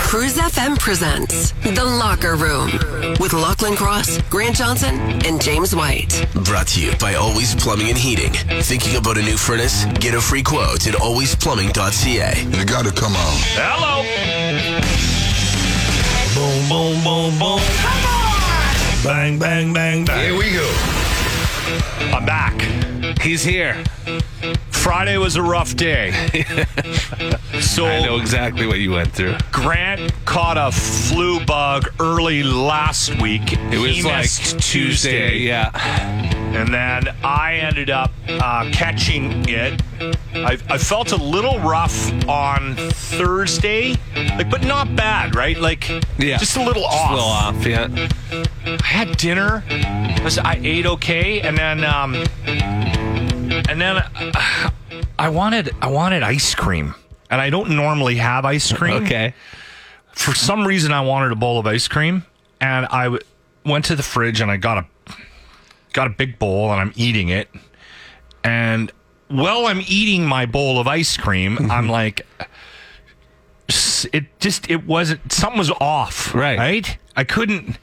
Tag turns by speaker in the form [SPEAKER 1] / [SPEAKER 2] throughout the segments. [SPEAKER 1] Cruise FM presents The Locker Room with Lachlan Cross, Grant Johnson, and James White.
[SPEAKER 2] Brought to you by Always Plumbing and Heating. Thinking about a new furnace? Get a free quote at alwaysplumbing.ca.
[SPEAKER 3] You gotta come on.
[SPEAKER 4] Hello. Boom, boom, boom, boom. Bang, bang, bang, bang.
[SPEAKER 5] Here we go.
[SPEAKER 4] I'm back. He's here. Friday was a rough day. so
[SPEAKER 5] I know exactly what you went through.
[SPEAKER 4] Grant caught a flu bug early last week.
[SPEAKER 5] It was like Tuesday, Yeah.
[SPEAKER 4] And then I ended up uh, catching it. I, I felt a little rough on Thursday, like, but not bad, right? Like,
[SPEAKER 5] Yeah.
[SPEAKER 4] just a little
[SPEAKER 5] Just
[SPEAKER 4] off.
[SPEAKER 5] A little off, yeah.
[SPEAKER 4] I had dinner. I, was- I ate okay, and then um, and then uh, I wanted I wanted ice cream, and I don't normally have ice cream.
[SPEAKER 5] Okay.
[SPEAKER 4] For some reason, I wanted a bowl of ice cream, and I w- went to the fridge and I got a got a big bowl, and I'm eating it. And while I'm eating my bowl of ice
[SPEAKER 5] Mm-hmm.
[SPEAKER 4] cream, I'm like, s- it just it wasn't something was off,
[SPEAKER 5] Right.
[SPEAKER 4] Right? I couldn't.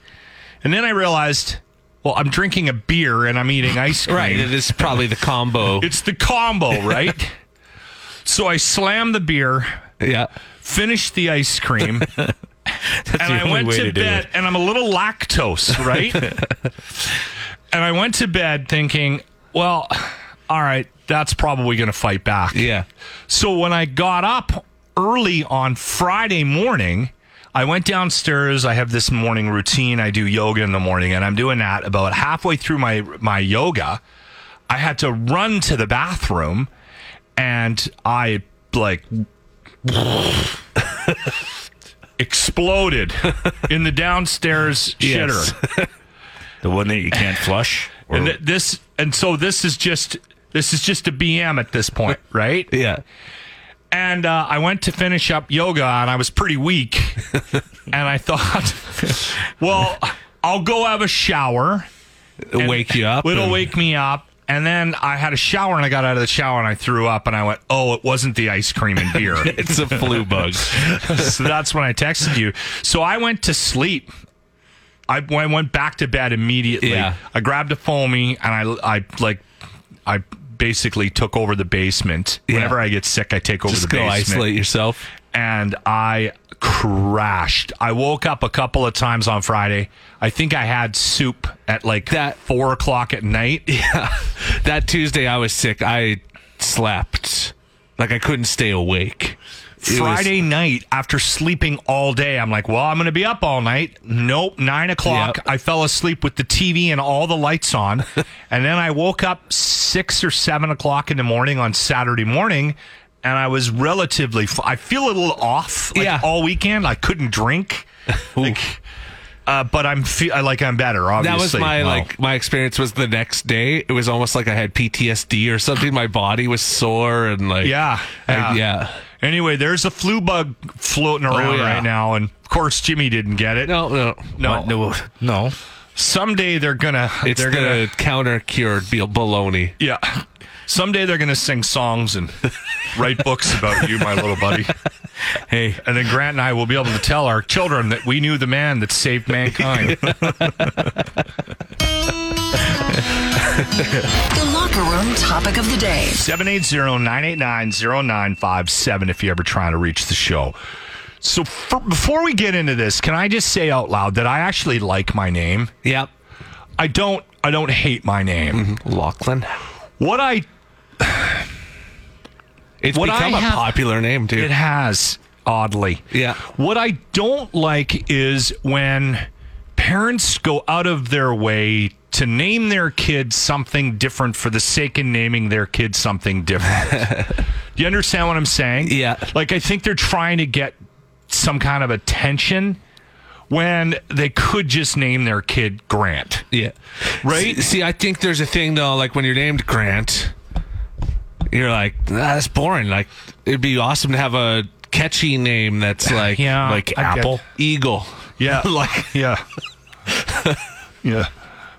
[SPEAKER 4] And then I realized, well, I'm drinking a beer and I'm eating ice cream.
[SPEAKER 5] Right. It is probably the combo.
[SPEAKER 4] It's the combo, right? so I slammed the beer,
[SPEAKER 5] yeah.
[SPEAKER 4] finished the ice cream, and
[SPEAKER 5] the
[SPEAKER 4] I
[SPEAKER 5] only
[SPEAKER 4] went
[SPEAKER 5] way
[SPEAKER 4] to,
[SPEAKER 5] to do
[SPEAKER 4] bed.
[SPEAKER 5] it.
[SPEAKER 4] And I'm a little lactose, right? and I went to bed thinking, well, all right, that's probably going to fight back.
[SPEAKER 5] Yeah.
[SPEAKER 4] So when I got up early on Friday morning, I went downstairs. I have this morning routine. I do yoga in the morning, and I'm doing that about halfway through my my yoga. I had to run to the bathroom, and I like exploded in the downstairs
[SPEAKER 5] Yes.
[SPEAKER 4] shitter.
[SPEAKER 6] The one that you can't flush? Or,
[SPEAKER 4] And th- this and so this is just this is just a BM at this point, right?
[SPEAKER 5] Yeah.
[SPEAKER 4] and uh, I went to finish up yoga, and I was pretty weak. and I thought, well, I'll go have a shower.
[SPEAKER 5] It'll wake you up.
[SPEAKER 4] It'll
[SPEAKER 5] and-
[SPEAKER 4] wake me up. And then I had a shower, and I got out of the shower, and I threw up, and I went, oh, it wasn't the ice cream and beer.
[SPEAKER 5] It's a flu bug.
[SPEAKER 4] so that's when I texted you. So I went to sleep. I, I went back to bed immediately.
[SPEAKER 5] Yeah.
[SPEAKER 4] I grabbed a foamy and I, I like, I basically took over the basement.
[SPEAKER 5] Yeah.
[SPEAKER 4] Whenever I get sick, I take over
[SPEAKER 5] Just
[SPEAKER 4] the
[SPEAKER 5] go
[SPEAKER 4] basement
[SPEAKER 5] isolate yourself.
[SPEAKER 4] and I crashed. I woke up a couple of times on Friday. I think I had soup at like
[SPEAKER 5] That-
[SPEAKER 4] four o'clock at night.
[SPEAKER 5] Yeah. That Tuesday I was sick. I slept. Like I couldn't stay awake. It was-
[SPEAKER 4] Friday night, after sleeping all day, I'm like, well, I'm going to be up all night. Nope, nine o'clock.
[SPEAKER 5] Yep.
[SPEAKER 4] I fell asleep with the TV and all the lights on. and then I woke up six or seven o'clock in the morning on Saturday morning. And I was relatively, f- I feel a little off like,
[SPEAKER 5] Yeah.
[SPEAKER 4] all weekend. I couldn't drink. like, uh, but I'm fe- I- like I'm better.
[SPEAKER 5] that
[SPEAKER 4] Obviously,
[SPEAKER 5] was my
[SPEAKER 4] Wow.
[SPEAKER 5] like my experience was the next day it was almost like i had ptsd or something my body was sore and like
[SPEAKER 4] Yeah,
[SPEAKER 5] I-
[SPEAKER 4] yeah.
[SPEAKER 5] yeah Oh,
[SPEAKER 4] Anyway, there's a flu bug floating around
[SPEAKER 5] yeah.
[SPEAKER 4] right now, and of course Jimmy didn't get it.
[SPEAKER 5] no no
[SPEAKER 4] no,
[SPEAKER 6] no. No.
[SPEAKER 4] Someday they're gonna.
[SPEAKER 5] it's
[SPEAKER 4] they're
[SPEAKER 5] the
[SPEAKER 4] gonna.
[SPEAKER 5] counter cured be- baloney
[SPEAKER 4] Yeah. Someday they're gonna sing songs and write books about you, my little buddy.
[SPEAKER 6] Hey,
[SPEAKER 4] And then Grant and I will be able to tell our children that we knew the man that saved mankind.
[SPEAKER 1] The Locker Room topic of the day.
[SPEAKER 4] 780-989-0957 if you're ever trying to reach the show. So for, before we get into this, can I just say out loud that I actually like my name?
[SPEAKER 5] yep
[SPEAKER 4] I don't I don't hate my name.
[SPEAKER 6] Mm-hmm.
[SPEAKER 5] lachlan
[SPEAKER 4] What I
[SPEAKER 5] it's
[SPEAKER 4] What
[SPEAKER 5] become
[SPEAKER 4] I
[SPEAKER 5] a
[SPEAKER 4] have-
[SPEAKER 5] popular name dude
[SPEAKER 4] It has, oddly.
[SPEAKER 5] Yeah.
[SPEAKER 4] What I don't like is when parents go out of their way to name their kid something different for the sake of naming their kid something different. Do you understand what I'm saying?
[SPEAKER 5] Yeah.
[SPEAKER 4] Like, I think they're trying to get some kind of attention when they could just name their kid Grant.
[SPEAKER 5] Yeah.
[SPEAKER 4] Right?
[SPEAKER 5] See, see, I think there's a thing though, like when you're named Grant, you're like, "Ah, that's boring. Like, it'd be awesome to have a catchy name that's like,
[SPEAKER 4] Yeah,
[SPEAKER 5] like
[SPEAKER 4] I get-
[SPEAKER 5] Apple Eagle.
[SPEAKER 4] Yeah.
[SPEAKER 5] like,
[SPEAKER 4] Yeah. yeah.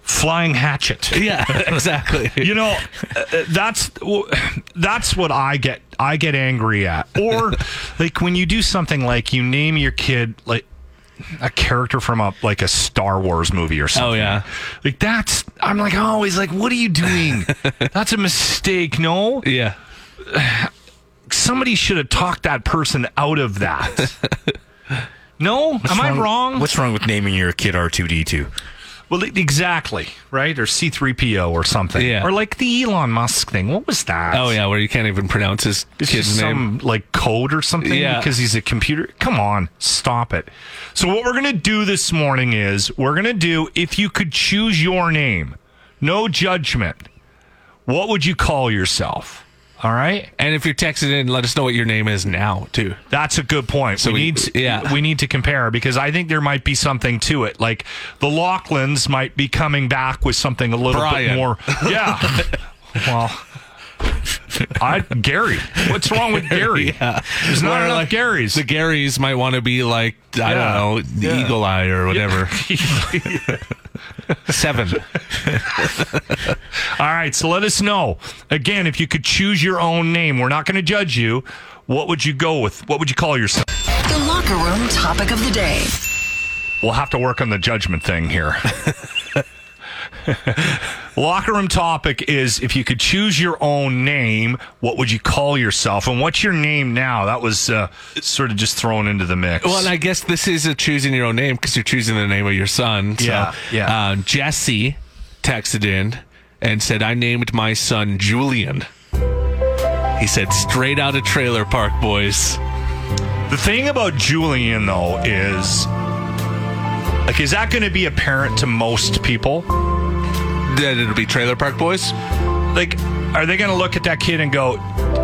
[SPEAKER 4] Flying hatchet.
[SPEAKER 5] yeah, exactly.
[SPEAKER 4] you know uh, uh, that's w- that's what i get i get angry at or like when you do something like you name your kid like a character from a like a star wars movie or something
[SPEAKER 5] Oh yeah.
[SPEAKER 4] like that's i'm like always like what are you doing that's a mistake no
[SPEAKER 5] Yeah.
[SPEAKER 4] somebody should have talked that person out of that no am i wrong
[SPEAKER 6] What's wrong with naming your kid R2D2?
[SPEAKER 4] well e- exactly right or c3po or something
[SPEAKER 5] Yeah.
[SPEAKER 4] or like the elon musk thing what was that
[SPEAKER 5] Oh yeah, where you can't even pronounce his
[SPEAKER 4] It's
[SPEAKER 5] kid's
[SPEAKER 4] just
[SPEAKER 5] name.
[SPEAKER 4] some like code or something
[SPEAKER 5] Yeah.
[SPEAKER 4] because he's a computer. Come on, stop it. So what we're gonna do this morning is we're gonna do if you could choose your name, no judgment. What would you call yourself? All right,
[SPEAKER 5] And if you're texting in, let us know what your name is now too.
[SPEAKER 4] that's a good point. we,
[SPEAKER 5] we-
[SPEAKER 4] need to-
[SPEAKER 5] yeah.
[SPEAKER 4] we need to compare because I think there might be something to it. Like the Lachlan's might be coming back with something a little bit
[SPEAKER 5] Brian.
[SPEAKER 4] more. Yeah. well, I Gary. What's wrong with Gary? There's not
[SPEAKER 5] Where,
[SPEAKER 4] enough
[SPEAKER 5] like,
[SPEAKER 4] Garys.
[SPEAKER 5] The Garys might want to be like
[SPEAKER 4] Yeah.
[SPEAKER 5] I don't know, the
[SPEAKER 4] Yeah.
[SPEAKER 5] Eagle Eye or whatever. Seven.
[SPEAKER 4] All right, so let us know. Again, if you could choose your own name, we're not going to judge you. What would you go with? What would you call yourself?
[SPEAKER 1] The locker room topic of the day.
[SPEAKER 4] We'll have to work on the judgment thing here. Locker room topic is if you could choose your own name, what would you call yourself? And what's your name now? That was uh, sort of just thrown into the mix.
[SPEAKER 5] Well, and I guess this is a choosing your own name because you're choosing the name of your son. So,
[SPEAKER 4] Yeah, yeah.
[SPEAKER 5] Um, Jesse texted in and said, "I named my son Julian." He said, "Straight out of Trailer Park Boys."
[SPEAKER 4] The thing about Julian, though, is like, is that going to be apparent to most people?
[SPEAKER 5] Then it'll be Trailer Park Boys.
[SPEAKER 4] like are they gonna look at that kid and go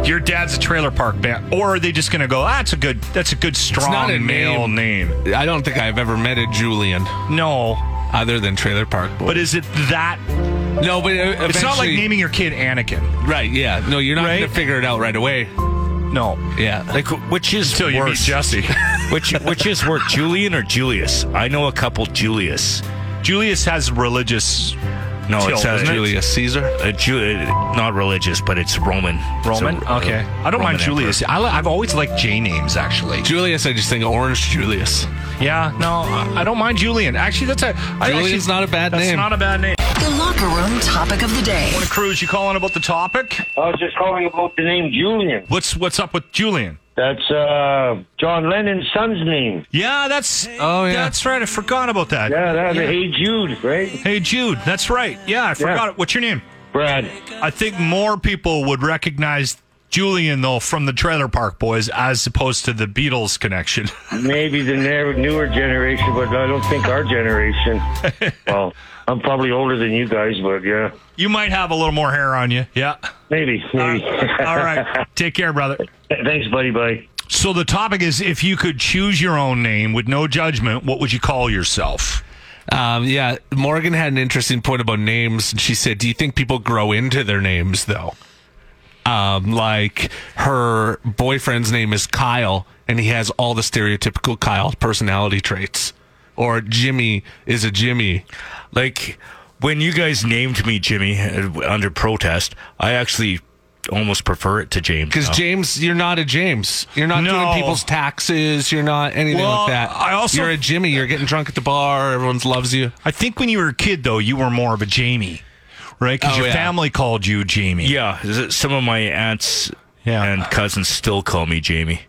[SPEAKER 4] your dad's a trailer park band or are they just gonna go "Ah, that's a good that's a good strong
[SPEAKER 5] not a
[SPEAKER 4] male name.
[SPEAKER 5] I don't think I've ever met a Julian
[SPEAKER 4] no
[SPEAKER 5] other than Trailer Park Boys.
[SPEAKER 4] but is it that
[SPEAKER 5] no, but uh,
[SPEAKER 4] it's not like
[SPEAKER 5] eventually-
[SPEAKER 4] naming your kid anakin
[SPEAKER 5] Right? Yeah. No, you're not
[SPEAKER 4] Right?
[SPEAKER 5] going to figure it out right away.
[SPEAKER 4] no
[SPEAKER 5] Yeah.
[SPEAKER 6] Like, which is
[SPEAKER 4] until you meet
[SPEAKER 6] worse?
[SPEAKER 4] jesse
[SPEAKER 6] Which which is worse, Julian or Julius? I know a couple Julius.
[SPEAKER 4] julius has religious
[SPEAKER 6] No,
[SPEAKER 4] Till,
[SPEAKER 6] it sounds
[SPEAKER 4] isn't it?
[SPEAKER 5] Julius
[SPEAKER 6] Julius.
[SPEAKER 5] Caesar.
[SPEAKER 6] Uh, Ju- uh, not religious, but it's Roman. It's a-
[SPEAKER 4] roman
[SPEAKER 6] uh,
[SPEAKER 4] okay i don't
[SPEAKER 6] Roman
[SPEAKER 4] mind julius I li- i've always liked j names actually
[SPEAKER 5] Julius, I just think of Orange Julius.
[SPEAKER 4] yeah no i I don't mind julian actually that's a I
[SPEAKER 5] Julian's
[SPEAKER 4] actually-
[SPEAKER 5] not a bad
[SPEAKER 4] that's
[SPEAKER 5] name.
[SPEAKER 4] not a bad name
[SPEAKER 1] The locker room topic of the day.
[SPEAKER 4] cruz you calling about the topic
[SPEAKER 3] I was just calling about the name Julian.
[SPEAKER 4] what's what's up with julian
[SPEAKER 3] That's uh, John Lennon's son's name.
[SPEAKER 4] yeah that's
[SPEAKER 5] Oh, yeah.
[SPEAKER 4] that's right i forgot about that
[SPEAKER 3] Yeah, that yeah. Hey Jude, right?
[SPEAKER 4] Hey Jude, that's right. Yeah, I forgot it. What's your name?
[SPEAKER 3] Brad.
[SPEAKER 4] I think more people would recognize Julian though from the Trailer Park Boys as opposed to the Beatles connection.
[SPEAKER 3] Maybe the ne- newer generation, but I don't think our generation. well, I'm probably older than you guys, but yeah,
[SPEAKER 4] You might have a little more hair on you. Yeah.
[SPEAKER 3] maybe. maybe.
[SPEAKER 4] All right. Take care, brother.
[SPEAKER 3] Thanks, buddy. Bye.
[SPEAKER 4] So the topic is if you could choose your own name with no judgment, what would you call yourself?
[SPEAKER 5] Um, yeah, Morgan had an interesting point about names, and she said, "Do you think people grow into their names though?" Um, like her boyfriend's name is Kyle, and he has all the stereotypical Kyle personality traits. Or Jimmy is a Jimmy.
[SPEAKER 6] Like when you guys named me Jimmy uh, under protest, I actually almost prefer it to James.
[SPEAKER 5] Because
[SPEAKER 6] now.
[SPEAKER 5] James, you're not a James. You're not
[SPEAKER 4] No.
[SPEAKER 5] doing people's taxes. You're not anything
[SPEAKER 4] Well,
[SPEAKER 5] like that.
[SPEAKER 4] I also-
[SPEAKER 5] you're a Jimmy. You're getting drunk at the bar. Everyone loves you.
[SPEAKER 4] I think when you were a kid though, you were more of a Jamie, right? Cuz
[SPEAKER 5] Oh,
[SPEAKER 4] your
[SPEAKER 5] yeah.
[SPEAKER 4] family called you Jamie.
[SPEAKER 6] yeah, is it- some of my aunts
[SPEAKER 4] Yeah.
[SPEAKER 6] and cousins still call me Jamie.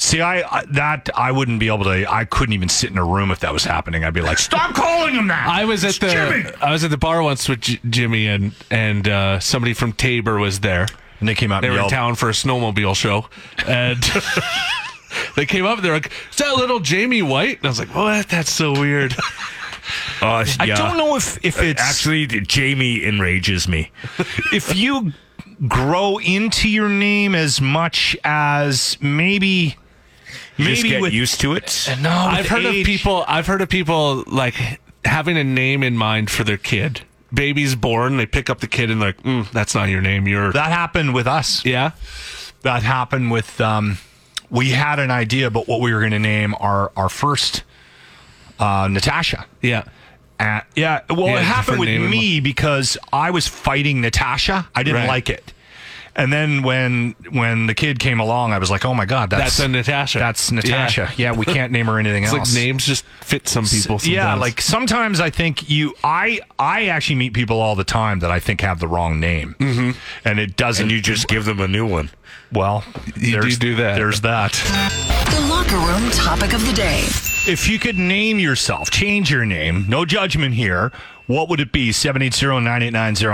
[SPEAKER 4] See, I, I that I wouldn't be able to. I couldn't even sit in a room if that was happening. I'd be like, "Stop calling him that."
[SPEAKER 5] I was at
[SPEAKER 4] It's
[SPEAKER 5] the
[SPEAKER 4] Jimmy!
[SPEAKER 5] I was at the bar once with J- Jimmy and and uh, somebody from Tabor was there.
[SPEAKER 4] And they came out
[SPEAKER 5] They
[SPEAKER 4] and
[SPEAKER 5] were
[SPEAKER 4] yelled.
[SPEAKER 5] in town for a snowmobile show, and they came up. and They're like, "Is that little Jamie White?" And I was like, "What? That's so weird."
[SPEAKER 6] Uh,
[SPEAKER 4] I
[SPEAKER 6] yeah.
[SPEAKER 4] don't know if if it's actually
[SPEAKER 6] Actually, Jamie enrages me.
[SPEAKER 4] if you grow into your name as much as maybe
[SPEAKER 6] You just
[SPEAKER 4] Maybe
[SPEAKER 6] get
[SPEAKER 4] with- Uh,
[SPEAKER 6] used to it.
[SPEAKER 4] No,
[SPEAKER 5] I've heard of people. I've heard of people like having a name in mind for their kid. Baby's born, they pick up the kid and like, mm, that's not your name. You're
[SPEAKER 4] That happened with us.
[SPEAKER 5] yeah.
[SPEAKER 4] That happened with. Um, we had an idea about what we were going to name our our first uh, Natasha.
[SPEAKER 5] Yeah.
[SPEAKER 4] Uh, yeah, well,
[SPEAKER 5] Yeah,
[SPEAKER 4] it
[SPEAKER 5] it's
[SPEAKER 4] happened
[SPEAKER 5] different
[SPEAKER 4] with
[SPEAKER 5] name.
[SPEAKER 4] me because I was fighting Natasha. I didn't
[SPEAKER 5] Right.
[SPEAKER 4] like it, and then when when the kid came along, I was like, "Oh my god, that's
[SPEAKER 5] That's a Natasha.
[SPEAKER 4] That's
[SPEAKER 5] Yeah.
[SPEAKER 4] Natasha. Yeah, we can't name her anything
[SPEAKER 5] It's
[SPEAKER 4] else.
[SPEAKER 5] like names just fit some people. Sometimes.
[SPEAKER 4] Yeah, like sometimes I think you, I, I actually meet people all the time that I think have the wrong name, mm-hmm. and it doesn't.
[SPEAKER 6] and you just give them a new one.
[SPEAKER 4] well,
[SPEAKER 5] You do
[SPEAKER 4] there's-
[SPEAKER 5] do that.
[SPEAKER 4] There's that.
[SPEAKER 1] The locker room topic of the day.
[SPEAKER 4] If you could name yourself, change your name, no judgment here, what would it be?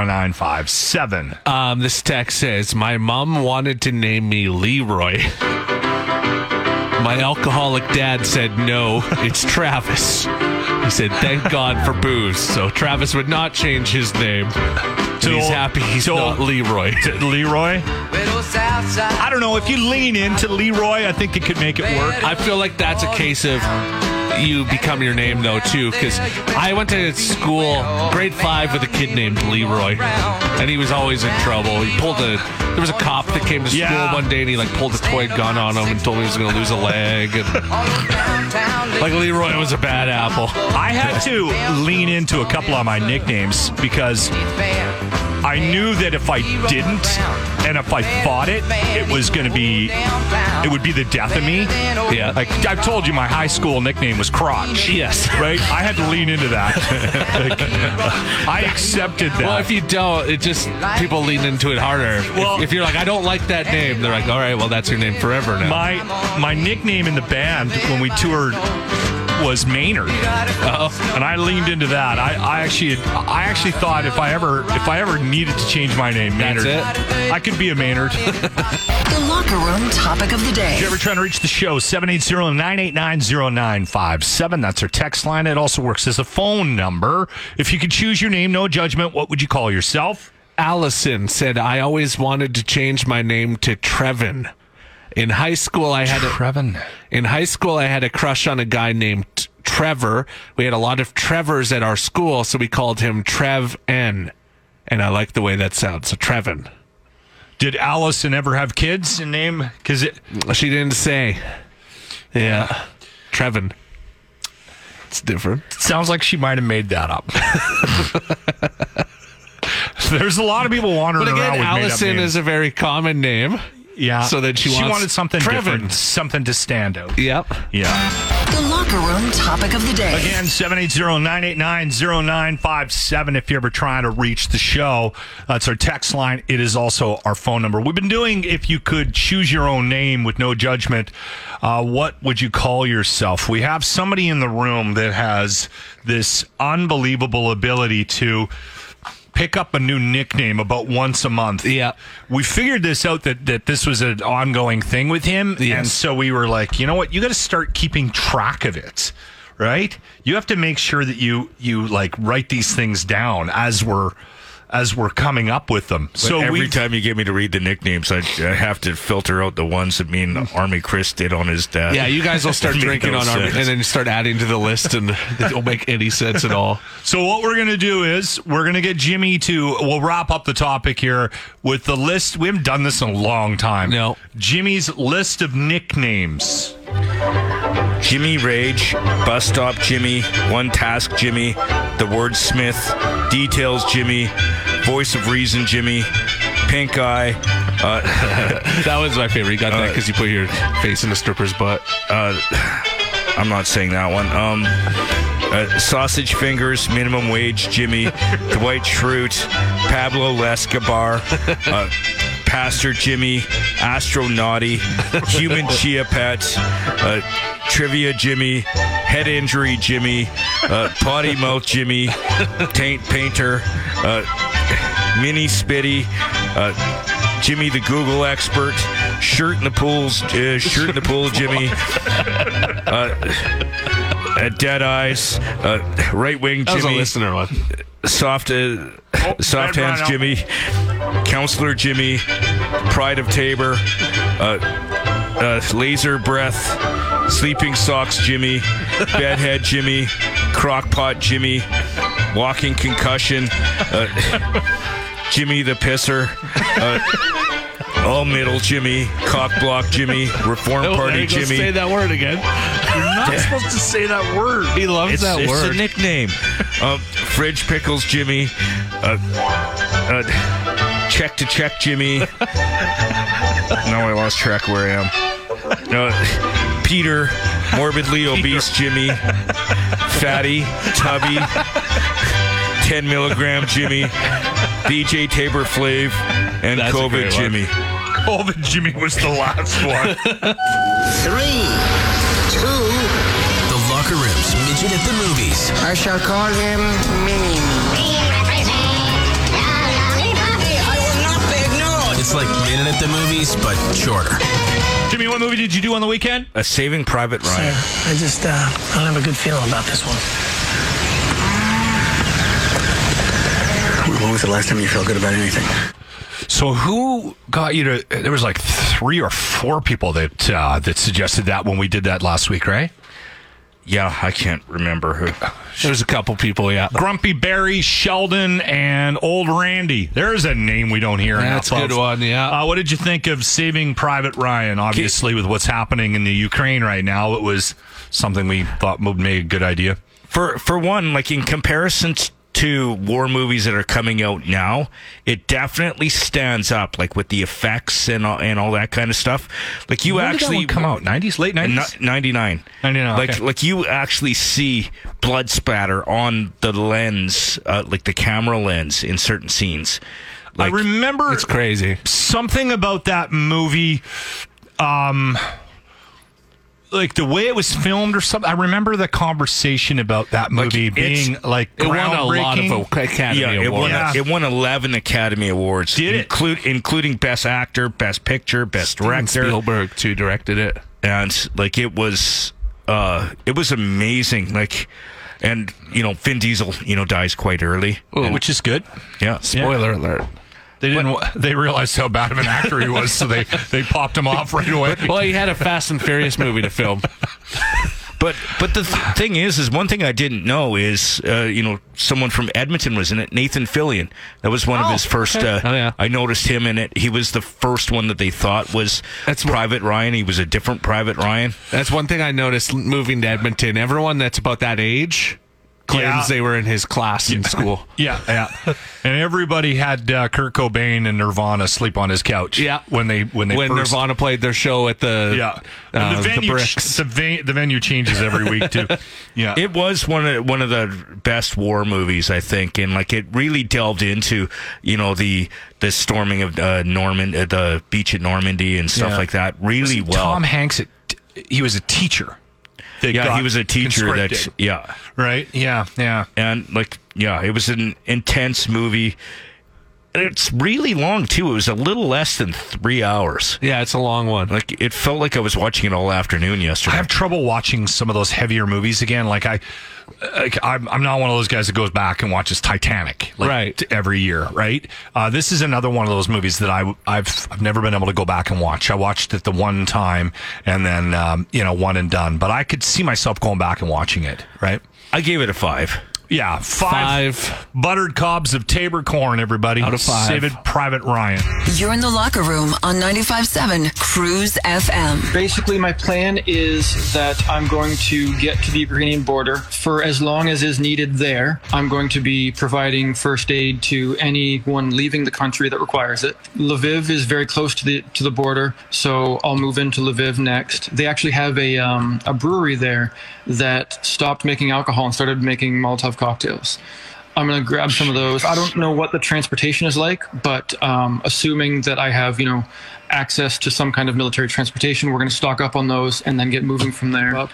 [SPEAKER 4] 780-989-0957.
[SPEAKER 5] um, this text says, my mom wanted to name me Leroy. My alcoholic dad said no. It's Travis. He said, "Thank God for booze." So Travis would not change his name. So he's
[SPEAKER 4] old-
[SPEAKER 5] happy he's
[SPEAKER 4] so
[SPEAKER 5] not
[SPEAKER 4] old-
[SPEAKER 5] Leroy.
[SPEAKER 4] Leroy? I don't know. If you lean into Leroy, I think it could make it work.
[SPEAKER 5] I feel like that's a case of you become your name though too because i went to school grade five with a kid named leroy and he was always in trouble he pulled a there was a cop that came to school
[SPEAKER 4] Yeah.
[SPEAKER 5] one day and he like pulled a toy gun on him and told me he was gonna lose a leg and like leroy was a bad apple
[SPEAKER 4] I had to lean into a couple of my nicknames because I knew that if I didn't and if I fought it, it was going to be, it would be the death of me.
[SPEAKER 5] yeah
[SPEAKER 4] Like I've told you, my high school nickname was Crotch.
[SPEAKER 5] yes
[SPEAKER 4] right? I had to lean into that. Like, I accepted that.
[SPEAKER 5] well if you don't it just people lean into it harder If-
[SPEAKER 4] Well-
[SPEAKER 5] if you're like i don't like that name they're like all right well that's your name forever now
[SPEAKER 4] my my nickname in the band when we toured was Maynard, and I leaned into that. I, I actually I actually thought if I ever if I ever needed to change my name, Maynard,
[SPEAKER 5] That's
[SPEAKER 4] I could be a Maynard.
[SPEAKER 1] The locker room topic of the day.
[SPEAKER 4] If you're ever trying to reach the show, 780-989-0957. That's our text line. It also works as a phone number. If you could choose your name, no judgment, what would you call yourself?
[SPEAKER 5] Allison said, I always wanted to change my name to Trevin. In high school, I had a,
[SPEAKER 4] Trevin.
[SPEAKER 5] in high school I had a crush on a guy named T- Trevor. We had a lot of Trevors at our school, so we called him Trev N. And I like the way that sounds. So Trevin.
[SPEAKER 4] Did Allison ever have kids and name? Because it
[SPEAKER 5] She didn't say. Yeah, Trevin. It's different.
[SPEAKER 4] Sounds like she might have made that up. There's a lot of people wandering
[SPEAKER 5] But
[SPEAKER 4] around
[SPEAKER 5] again,
[SPEAKER 4] with
[SPEAKER 5] Allison
[SPEAKER 4] made-up
[SPEAKER 5] is a very common name.
[SPEAKER 4] names. yeah.
[SPEAKER 5] so that she wants-
[SPEAKER 4] wanted something
[SPEAKER 5] Trevin.
[SPEAKER 4] different, something to stand out.
[SPEAKER 5] Yep.
[SPEAKER 4] Yeah.
[SPEAKER 1] The locker room topic of the day.
[SPEAKER 4] Again, 780-989-0957 if you're ever trying to reach the show. That's our text line. It is also our phone number. We've been doing if you could choose your own name with no judgment, uh, what would you call yourself? We have somebody in the room that has this unbelievable ability to pick up a new nickname about once a month.
[SPEAKER 5] Yeah.
[SPEAKER 4] We figured this out that, that this was an ongoing thing with him. And so we were like, you know what? You got to start keeping track of it, right? You have to make sure that you, you like write these things down as we're, as we're coming up with them. so
[SPEAKER 6] So every
[SPEAKER 4] we,
[SPEAKER 6] time you get me to read the nicknames, I, I have to filter out the ones that mean Army Chris did on his death.
[SPEAKER 5] Yeah, you guys will start
[SPEAKER 6] Made
[SPEAKER 5] drinking
[SPEAKER 6] no
[SPEAKER 5] on our, and
[SPEAKER 6] sense.
[SPEAKER 5] then you start adding to the list, and it won't make any sense at all.
[SPEAKER 4] So what we're gonna do is we're gonna get Jimmy to. We'll wrap up the topic here with the list. We haven't done this in a long time.
[SPEAKER 5] No.
[SPEAKER 4] Jimmy's list of nicknames.
[SPEAKER 6] Jimmy Rage, Bus Stop Jimmy, One Task Jimmy, The Wordsmith, Details Jimmy, Voice of Reason Jimmy, Pink Eye, uh,
[SPEAKER 5] That was my favorite. You got that because you put your face in the stripper's butt.
[SPEAKER 6] I'm not saying that one. Um, uh, Sausage Fingers, Minimum Wage Jimmy, Dwight Schrute, Pablo Lescabar, uh, Pastor Jimmy, Astro Naughty, Human Chia Pet, uh, Trivia Jimmy, Head Injury Jimmy, uh, Potty Mouth Jimmy, Taint Painter, uh, Mini Spitty, uh, Jimmy the Google expert, shirt in the pools, uh, shirt in the pool, Jimmy. Uh, uh, dead eyes, uh, right wing
[SPEAKER 5] That was a
[SPEAKER 6] Jimmy,
[SPEAKER 5] listener one.
[SPEAKER 6] soft, uh,
[SPEAKER 5] Oh,
[SPEAKER 6] soft
[SPEAKER 4] red
[SPEAKER 6] hands
[SPEAKER 4] rhino.
[SPEAKER 6] Jimmy, counselor Jimmy, pride of Tabor, uh, uh, Laser Breath, Sleeping Socks Jimmy, Bedhead Jimmy, Crockpot Jimmy, Walking Concussion, uh, Jimmy the Pisser. Uh, All middle Jimmy, cockblock Jimmy, reform party
[SPEAKER 5] Oh, There you go,
[SPEAKER 6] Jimmy.
[SPEAKER 5] Say that word again.
[SPEAKER 4] You're not supposed to say that word.
[SPEAKER 5] He loves
[SPEAKER 6] It's,
[SPEAKER 5] that
[SPEAKER 6] it's
[SPEAKER 5] word.
[SPEAKER 6] a nickname. Uh, Fridge Pickles Jimmy. Uh, uh, check to check Jimmy. no, I lost track where I am. Uh, Peter, morbidly obese Jimmy. Fatty, tubby. 10 milligram Jimmy. DJ Tabor Flav. And
[SPEAKER 5] That's a
[SPEAKER 6] COVID
[SPEAKER 5] great one.
[SPEAKER 6] Jimmy.
[SPEAKER 4] Covid Jimmy was the last one.
[SPEAKER 1] Three, two.
[SPEAKER 2] The Locker Room's Midget at the Movies
[SPEAKER 7] I shall call him Mini
[SPEAKER 2] It's like Minute at the Movies, but shorter.
[SPEAKER 4] Jimmy, what movie did you do on the weekend?
[SPEAKER 6] A Saving Private Ryan.
[SPEAKER 8] I just, uh, I don't have a good feeling about this one.
[SPEAKER 7] When was the last time you felt good about anything?
[SPEAKER 4] So who got you to? There was like three or four people that uh, that suggested that when we did that last week, right?
[SPEAKER 6] Yeah, I can't remember who.
[SPEAKER 5] There's a couple people, yeah.
[SPEAKER 4] Grumpy Barry, Sheldon, and Old Randy. There's a name we don't hear.
[SPEAKER 5] That's a
[SPEAKER 4] enough
[SPEAKER 5] good
[SPEAKER 4] of.
[SPEAKER 5] one, yeah.
[SPEAKER 4] Uh, what did you think of Saving Private Ryan? Obviously, with what's happening in the Ukraine right now, it was something we thought would make a good idea.
[SPEAKER 6] for for one, like in comparison t- to war movies that are coming out now, it definitely stands up, like with the effects and all, and all that kind of stuff. Like you
[SPEAKER 4] When did that
[SPEAKER 6] actually
[SPEAKER 4] one come out 90s, late 90s.
[SPEAKER 6] Ninety nine.
[SPEAKER 4] 99,
[SPEAKER 6] Like
[SPEAKER 4] okay.
[SPEAKER 6] like you actually see blood spatter on the lens, uh, like the camera lens in certain scenes. Like,
[SPEAKER 4] I remember
[SPEAKER 5] It's crazy.
[SPEAKER 4] something about that movie um like the way it was filmed or something i remember the conversation about that movie
[SPEAKER 6] it's-
[SPEAKER 4] being like
[SPEAKER 5] It won a lot of
[SPEAKER 4] groundbreaking.
[SPEAKER 5] Academy
[SPEAKER 6] yeah, it
[SPEAKER 5] Awards.
[SPEAKER 6] won,
[SPEAKER 4] Yeah.
[SPEAKER 6] it won 11 Academy Awards.
[SPEAKER 4] Did it?
[SPEAKER 6] Include, including Best Actor, Best Picture, Best
[SPEAKER 5] Steven
[SPEAKER 6] Director.
[SPEAKER 5] Spielberg too directed it.
[SPEAKER 6] and like it was uh it was amazing like and you know Vin Diesel you know dies quite early
[SPEAKER 4] which is good
[SPEAKER 6] yeah
[SPEAKER 5] Spoiler alert.
[SPEAKER 4] they didn't wa- they realized how bad of an actor he was so they they popped him off right away
[SPEAKER 5] Well, he had a Fast and Furious movie to film.
[SPEAKER 6] but but the th- thing is is one thing I didn't know is uh you know someone from Edmonton was in it Nathan Fillion that was one of his first uh,
[SPEAKER 5] Oh, yeah.
[SPEAKER 6] I noticed him in it he was the first one that they thought was
[SPEAKER 5] That's wh-
[SPEAKER 6] Private Ryan he was a different Private Ryan
[SPEAKER 5] That's one thing I noticed l- moving to Edmonton. Everyone that's about that age claims
[SPEAKER 4] Yeah.
[SPEAKER 5] they were in his class in school.
[SPEAKER 4] yeah yeah and everybody had uh, kurt cobain and nirvana sleep on his couch
[SPEAKER 5] Yeah.
[SPEAKER 4] when they when they
[SPEAKER 5] When
[SPEAKER 4] first
[SPEAKER 5] Nirvana played their show at the
[SPEAKER 4] yeah
[SPEAKER 5] uh,
[SPEAKER 4] the
[SPEAKER 5] the,
[SPEAKER 4] venue ch-
[SPEAKER 5] bricks.
[SPEAKER 4] the, ve- the venue changes every week too yeah
[SPEAKER 6] It was one of one of the best war movies, I think, and like it really delved into you know the the storming of uh, Norman uh, the beach at Normandy and stuff
[SPEAKER 4] Yeah.
[SPEAKER 6] like that really
[SPEAKER 4] Wasn't
[SPEAKER 6] well.
[SPEAKER 4] Tom Hanks, a t- he was a teacher. that
[SPEAKER 6] yeah,
[SPEAKER 4] got
[SPEAKER 6] he was a teacher that
[SPEAKER 4] conscripted,
[SPEAKER 6] yeah,
[SPEAKER 4] right? Yeah, yeah.
[SPEAKER 6] and like yeah, it was an intense movie. And It's really long too. It was a little less than three hours.
[SPEAKER 5] Yeah, it's a long one.
[SPEAKER 6] Like it felt like I was watching it all afternoon
[SPEAKER 4] I
[SPEAKER 6] yesterday.
[SPEAKER 4] have trouble watching some of those heavier movies again. Like I, like I'm, I'm not one of those guys that goes back and watches Titanic like,
[SPEAKER 5] Right.
[SPEAKER 4] t- every year. Right. Uh, this is another one of those movies that I, I've, I've never been able to go back and watch. I watched it the one time and then um, you know one and done. But I could see myself going back and watching it. Right.
[SPEAKER 6] I gave it a five.
[SPEAKER 4] Yeah, five,
[SPEAKER 5] Five.
[SPEAKER 4] buttered cobs of Tabor corn, everybody.
[SPEAKER 5] Out of five.
[SPEAKER 4] Save it, Private Ryan.
[SPEAKER 1] You're in the locker room on 95.7 Cruise FM.
[SPEAKER 8] Basically, my plan is that I'm going to get to the Ukrainian border for as long as is needed there. I'm going to be providing first aid to anyone leaving the country that requires it. Lviv is very close to the to the border, so I'll move into Lviv next. They actually have a um, a brewery there that stopped making alcohol and started making Molotov cocktails. I'm gonna grab some of those. I don't know what the transportation is like, but um, assuming that I have, you know, access to some kind of military transportation, we're gonna stock up on those and then get moving from there. Up.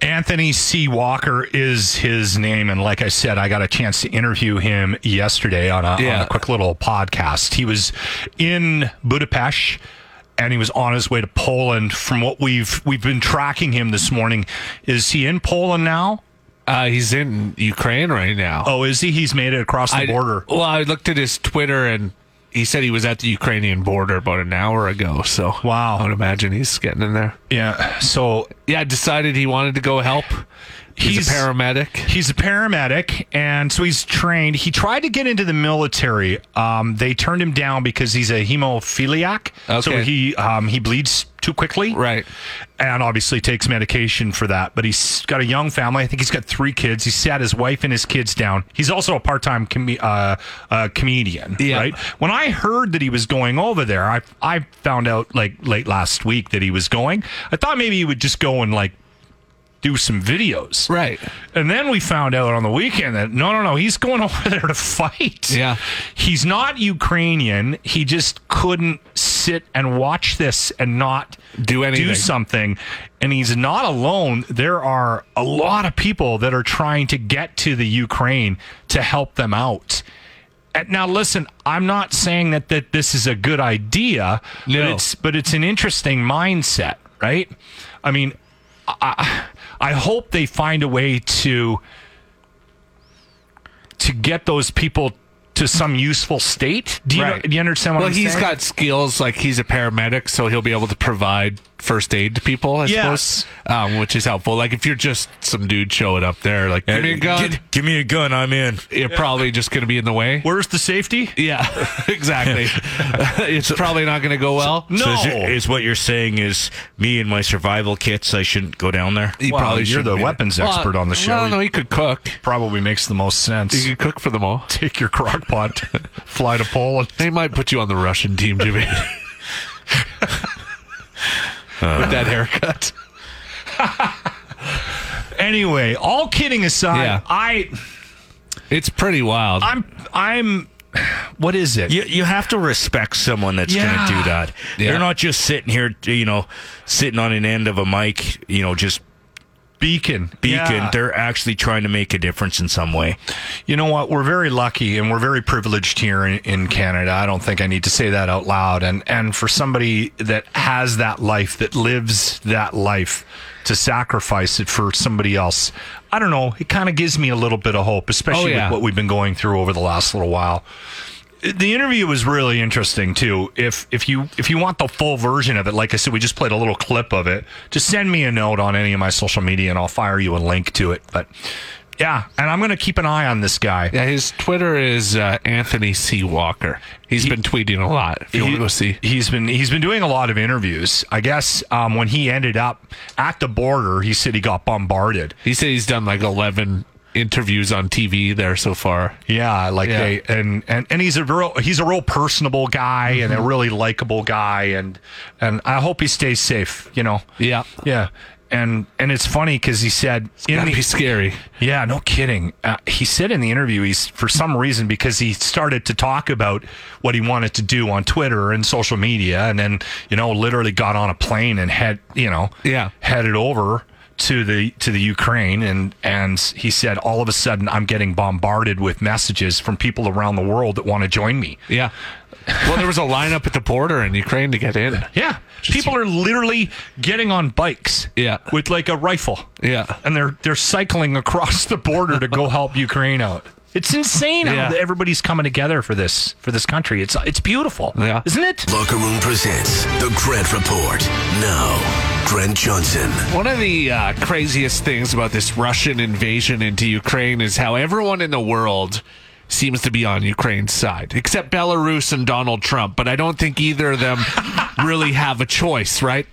[SPEAKER 4] Anthony C. Walker is his name. And like I said, I got a chance to interview him yesterday on a, on
[SPEAKER 5] Yeah.
[SPEAKER 4] a quick little podcast. He was in Budapest and he was on his way to Poland. From what we've we've been tracking him this morning, is he in Poland now?
[SPEAKER 5] Uh, he's in Ukraine right now.
[SPEAKER 4] Oh, is he? He's made it across the
[SPEAKER 5] I,
[SPEAKER 4] border.
[SPEAKER 5] Well, I looked at his Twitter and he said he was at the Ukrainian border about an hour ago. So wow, I would imagine he's getting in there.
[SPEAKER 4] Yeah. So
[SPEAKER 5] yeah, decided he wanted to go help. He's, a paramedic.
[SPEAKER 4] He's a paramedic, and so he's trained. He tried to get into the military. Um, they turned him down because he's a hemophiliac. So
[SPEAKER 5] Okay.
[SPEAKER 4] he um, he bleeds too quickly,
[SPEAKER 5] Right.
[SPEAKER 4] and obviously takes medication for that. But he's got a young family. I think he's got three kids. He sat his wife and his kids down. He's also a part time com- uh, uh, comedian,
[SPEAKER 5] Yeah.
[SPEAKER 4] right? When I heard that he was going over there, I I found out like late last week that he was going. I thought maybe he would just go and like do some videos.
[SPEAKER 5] Right.
[SPEAKER 4] And then we found out on the weekend that no, no, no, he's going over there to fight.
[SPEAKER 5] Yeah.
[SPEAKER 4] He's not Ukrainian. He just couldn't sit and watch this and not
[SPEAKER 5] Do anything.
[SPEAKER 4] do something. And he's not alone. There are a lot of people that are trying to get to the Ukraine to help them out. And now, listen, I'm not saying that, that this is a good idea,
[SPEAKER 5] No.
[SPEAKER 4] but it's but it's an interesting mindset, right? I mean, I, I hope they find a way to to get those people to some useful state. Do you,
[SPEAKER 5] Right.
[SPEAKER 4] do you understand what
[SPEAKER 5] well,
[SPEAKER 4] I'm
[SPEAKER 5] he's
[SPEAKER 4] saying?
[SPEAKER 5] got skills like he's a paramedic, so he'll be able to provide first aid to people. I
[SPEAKER 4] Yes.
[SPEAKER 5] suppose, um, which is helpful. Like if you're just some dude showing up there, like give me a
[SPEAKER 4] Uh,
[SPEAKER 5] gun,
[SPEAKER 6] Gi- give me a gun. I'm in.
[SPEAKER 5] you're probably just going to be in the way.
[SPEAKER 4] Where's the safety?
[SPEAKER 5] Yeah, exactly. it's probably not going to go well.
[SPEAKER 4] No.
[SPEAKER 6] So is, it- is what you're saying is me and my survival kits? I shouldn't go down there.
[SPEAKER 5] He
[SPEAKER 4] Well,
[SPEAKER 5] probably
[SPEAKER 4] you're
[SPEAKER 5] shouldn't
[SPEAKER 4] the
[SPEAKER 5] be there.
[SPEAKER 4] weapons expert on the show.
[SPEAKER 5] No, no, he could cook.
[SPEAKER 4] Probably makes the most sense.
[SPEAKER 5] He could cook for them all.
[SPEAKER 4] Take your crock pot, fly to Poland.
[SPEAKER 5] They might put you on the Russian team, Jimmy. With that haircut.
[SPEAKER 4] Anyway, all kidding aside,
[SPEAKER 5] Yeah.
[SPEAKER 4] I
[SPEAKER 5] It's pretty wild.
[SPEAKER 4] I'm I'm what is it?
[SPEAKER 6] You, you have to respect someone that's
[SPEAKER 4] Yeah.
[SPEAKER 6] going to do that.
[SPEAKER 5] Yeah.
[SPEAKER 6] They're not just sitting here, you know, sitting on an end of a mic, you know, just
[SPEAKER 4] Beacon.
[SPEAKER 6] beacon.
[SPEAKER 4] Yeah.
[SPEAKER 6] They're actually trying to make a difference in some way.
[SPEAKER 4] You know what? We're very lucky and we're very privileged here in, in Canada. I don't think I need to say that out loud. And and for somebody that has that life, that lives that life, to sacrifice it for somebody else, I don't know. It kind of gives me a little bit of hope, especially
[SPEAKER 5] Oh, yeah.
[SPEAKER 4] with what we've been going through over the last little while. The interview was really interesting too. If if you if you want the full version of it, like I said, we just played a little clip of it. Just send me a note on any of my social media, and I'll fire you a link to it. But yeah, and I'm going to keep an eye on this guy.
[SPEAKER 5] yeah, his Twitter is uh, Anthony C. Walker. He's been tweeting a lot. If you want to go see.
[SPEAKER 4] He's been he's been doing a lot of interviews. I guess um, when he ended up at the border, he said he got bombarded.
[SPEAKER 5] He said he's done like 11 interviews on TV there so far.
[SPEAKER 4] Yeah, like
[SPEAKER 5] Yeah.
[SPEAKER 4] they and and and he's a real he's a real personable guy and
[SPEAKER 5] Mm-hmm.
[SPEAKER 4] a really likable guy and and I hope he stays safe. You know.
[SPEAKER 5] Yeah.
[SPEAKER 4] Yeah. And and it's funny because he said in
[SPEAKER 5] That'd
[SPEAKER 4] the-
[SPEAKER 5] be scary.
[SPEAKER 4] Yeah, no kidding. Uh, he said in the interview, he's for some reason because he started to talk about what he wanted to do on Twitter and social media, and then you know literally got on a plane and head you know
[SPEAKER 5] Yeah.
[SPEAKER 4] headed over to the to the Ukraine, and and he said all of a sudden I'm getting bombarded with messages from people around the world that want to join me.
[SPEAKER 5] Yeah. Well, there was a lineup at the border in Ukraine to get in.
[SPEAKER 4] Yeah, people are literally getting on bikes.
[SPEAKER 5] Yeah.
[SPEAKER 4] with like a rifle.
[SPEAKER 5] Yeah.
[SPEAKER 4] and they're they're cycling across the border to go help Ukraine out. It's insane
[SPEAKER 5] Yeah.
[SPEAKER 4] how everybody's coming together for this for this country. It's it's beautiful,
[SPEAKER 5] Yeah.
[SPEAKER 4] isn't it?
[SPEAKER 2] Locker Room presents the Grant Report. Now, Grant Johnson.
[SPEAKER 5] One of the uh, craziest things about this Russian invasion into Ukraine is how everyone in the world seems to be on Ukraine's side, except Belarus and Donald Trump. But I don't think either of them really have a choice, right?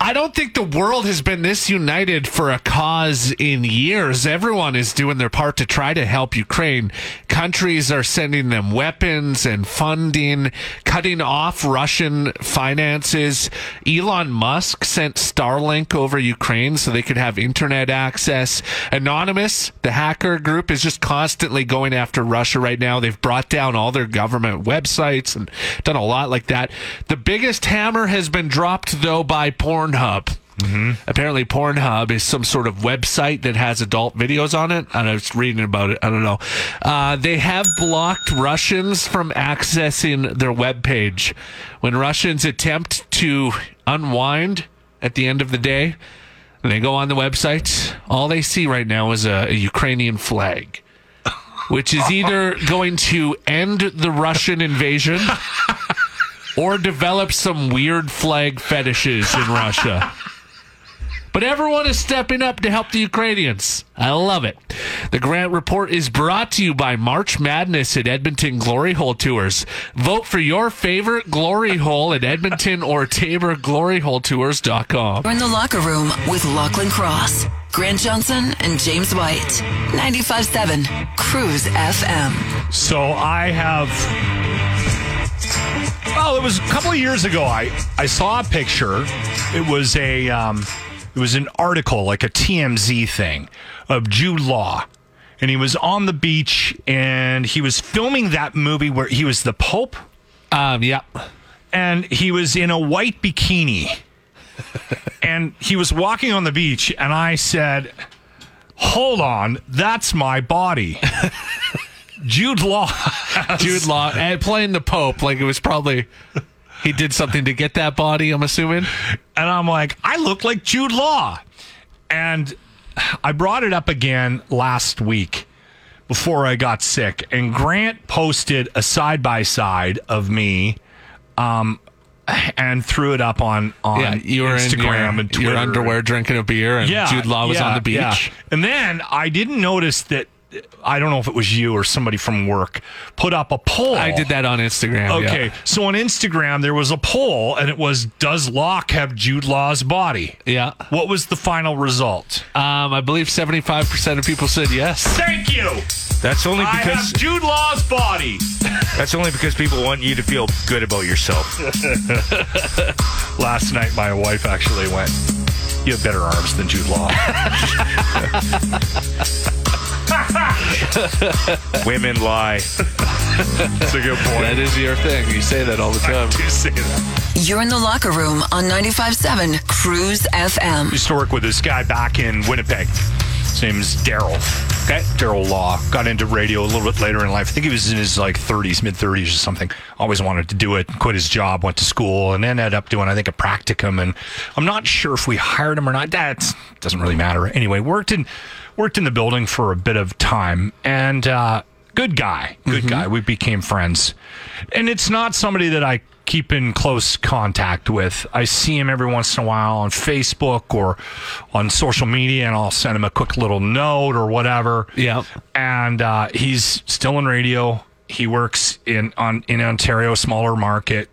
[SPEAKER 5] I don't think the world has been this united for a cause in years. Everyone is doing their part to try to help Ukraine. Countries are sending them weapons and funding, cutting off Russian finances. Elon Musk sent Starlink over Ukraine so they could have internet access. Anonymous, the hacker group, is just constantly going after Russia right now. They've brought down all their government websites and done a lot like that. The biggest hammer has been dropped, though, by Pornhub. Apparently, Pornhub is some sort of website that has adult videos on it. And I was reading about it. I don't know. Uh, they have blocked Russians from accessing their webpage. When Russians attempt to unwind at the end of the day, they go on the website. All they see right now is a, a Ukrainian flag which is either going to end the Russian invasion or develop some weird flag fetishes in Russia. But everyone is stepping up to help the Ukrainians. I love it. The Grant Report is brought to you by March Madness at Edmonton Glory Hole Tours. Vote for your favorite glory hole at Edmonton or Tabor Glory Hole Tours.com.
[SPEAKER 1] You're in the locker room with Lachlan Cross, Grant Johnson, and James White. 95.7 Cruise FM.
[SPEAKER 4] So I have. Well, it was a couple of years ago. I I saw a picture. It was a um, it was an article like a TMZ thing of Jude Law, and he was on the beach and he was filming that movie where he was the Pope.
[SPEAKER 5] Um, yeah.
[SPEAKER 4] and he was in a white bikini and he was walking on the beach and i said hold on that's my body jude law
[SPEAKER 5] Jude Law and playing the Pope, like it was probably he did something to get that body. I'm assuming.
[SPEAKER 4] and i'm like i look like jude law and i brought it up again last week before i got sick and grant posted a side by side of me um and threw it up on on
[SPEAKER 5] yeah, you were
[SPEAKER 4] instagram
[SPEAKER 5] in your,
[SPEAKER 4] and
[SPEAKER 5] your
[SPEAKER 4] twitter
[SPEAKER 5] underwear drinking a beer, and Jude Law was
[SPEAKER 4] yeah,
[SPEAKER 5] on the beach.
[SPEAKER 4] yeah. And then I didn't notice that I don't know if it was you or somebody from work put up a poll.
[SPEAKER 5] I did that on Instagram. yeah.
[SPEAKER 4] Okay, so on Instagram there was a poll, and it was, "Does Locke have Jude Law's body?"
[SPEAKER 5] Yeah.
[SPEAKER 4] What was the final result?
[SPEAKER 5] Um, I believe 75% of people said yes.
[SPEAKER 4] Thank you.
[SPEAKER 6] That's only
[SPEAKER 4] I
[SPEAKER 6] because
[SPEAKER 4] have Jude Law's body.
[SPEAKER 6] that's only because people want you to feel good about yourself.
[SPEAKER 4] Last night, my wife actually went. You have better arms than Jude Law.
[SPEAKER 6] Women lie.
[SPEAKER 4] That's a good
[SPEAKER 5] That
[SPEAKER 4] point.
[SPEAKER 5] is your thing. You say that all the time.
[SPEAKER 4] Do say that.
[SPEAKER 1] You're in the locker room on 95.7 Cruise FM.
[SPEAKER 4] used to work with this guy back in Winnipeg. His name's Daryl. Okay. Daryl Law. Got into radio a little bit later in life. I think he was in his like 30s, mid 30s or something. Always wanted to do it. Quit his job, went to school, and then ended up doing, I think, a practicum. And I'm not sure if we hired him or not. That doesn't really matter. Anyway, worked in worked in the building for a bit of time and uh, good guy. Good guy. We became friends. And it's not somebody that I keep in close contact with. I see him every once in a while on Facebook or on social media, and I'll send him a quick little note or whatever.
[SPEAKER 5] Yeah.
[SPEAKER 4] And uh, he's still in radio. He works in on in Ontario, smaller market.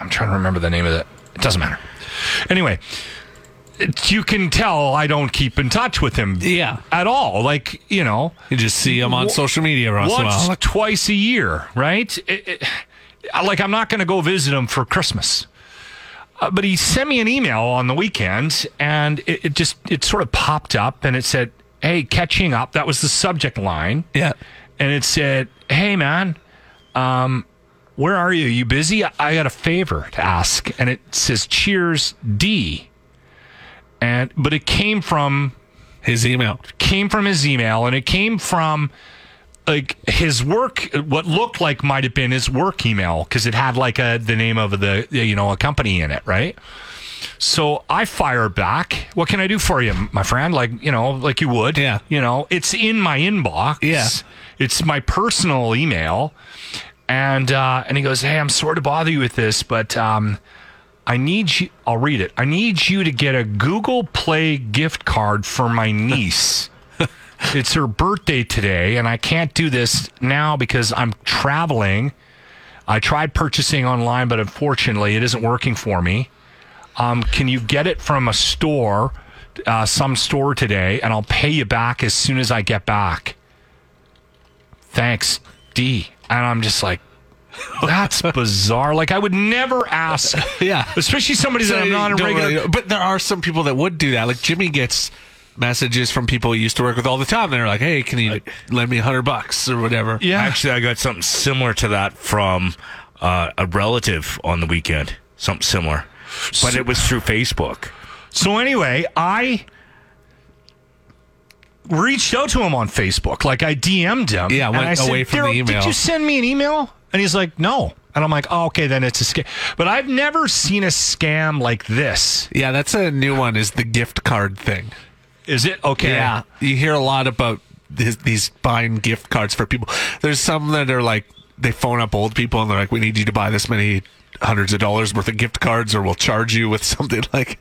[SPEAKER 4] I'm trying to remember the name of it. It doesn't matter. Anyway, it- you can tell I don't keep in touch with him.
[SPEAKER 5] Yeah.
[SPEAKER 4] At all. Like you know
[SPEAKER 5] You just see them on social media once in a
[SPEAKER 4] once,
[SPEAKER 5] while.
[SPEAKER 4] twice a year, right? It- it- I- like I'm not going to go visit him for Christmas. Uh, but he sent me an email on the weekend, and it, it just it sort of popped up, and it said, "Hey, catching up." That was the subject line,
[SPEAKER 5] Yeah.
[SPEAKER 4] and it said, "Hey, man, um, where are you? You busy? I, I got a favor to ask." And it says, "Cheers, D." And but it came from
[SPEAKER 5] His email.
[SPEAKER 4] came from his email and it came from like his work what looked like might have been his work email because it had like a the name of the you know a company in it right so i fire back what can i do for you my friend like you know like you would
[SPEAKER 5] Yeah.
[SPEAKER 4] you know it's in my inbox
[SPEAKER 5] Yeah.
[SPEAKER 4] it's my personal email and uh and he goes hey i'm sorry to bother you with this but um I need you. I'll read it. I need you to get a Google Play gift card for my niece. it's her birthday today, and I can't do this now because I'm traveling. I tried purchasing online, but unfortunately, it isn't working for me. Um, can you get it from a store, uh, some store today, and I'll pay you back as soon as I get back? Thanks, D. And I'm just like, that's bizarre. Like I would never ask.
[SPEAKER 5] Yeah.
[SPEAKER 4] Especially somebody that I'm not a
[SPEAKER 5] Don't
[SPEAKER 4] regular.
[SPEAKER 5] really- but there are some people that would do that. Like Jimmy gets messages from people he used to work with all the time. They're like, "Hey, can you lend me a hundred bucks or whatever?"
[SPEAKER 4] Yeah.
[SPEAKER 6] Actually, I got something similar to that from uh, a relative on the weekend. Something similar, but it was through Facebook.
[SPEAKER 4] So anyway, I reached out to him on Facebook. Like I DM'd him.
[SPEAKER 5] Yeah,
[SPEAKER 4] and
[SPEAKER 5] went
[SPEAKER 4] I said,
[SPEAKER 5] away from the
[SPEAKER 4] "Daryl,
[SPEAKER 5] email."
[SPEAKER 4] Did you send me an email? And he's like, no. And I'm like, oh, okay, then it's a scam. But I've never seen a scam like this.
[SPEAKER 5] Yeah, that's a new one. Is the gift card thing?
[SPEAKER 4] Is it okay?
[SPEAKER 5] you hear a lot about this, these buying gift cards for people. There's some that are like they phone up old people and they're like, "We need you to buy this many hundreds of dollars worth of gift cards, or we'll charge you with something like."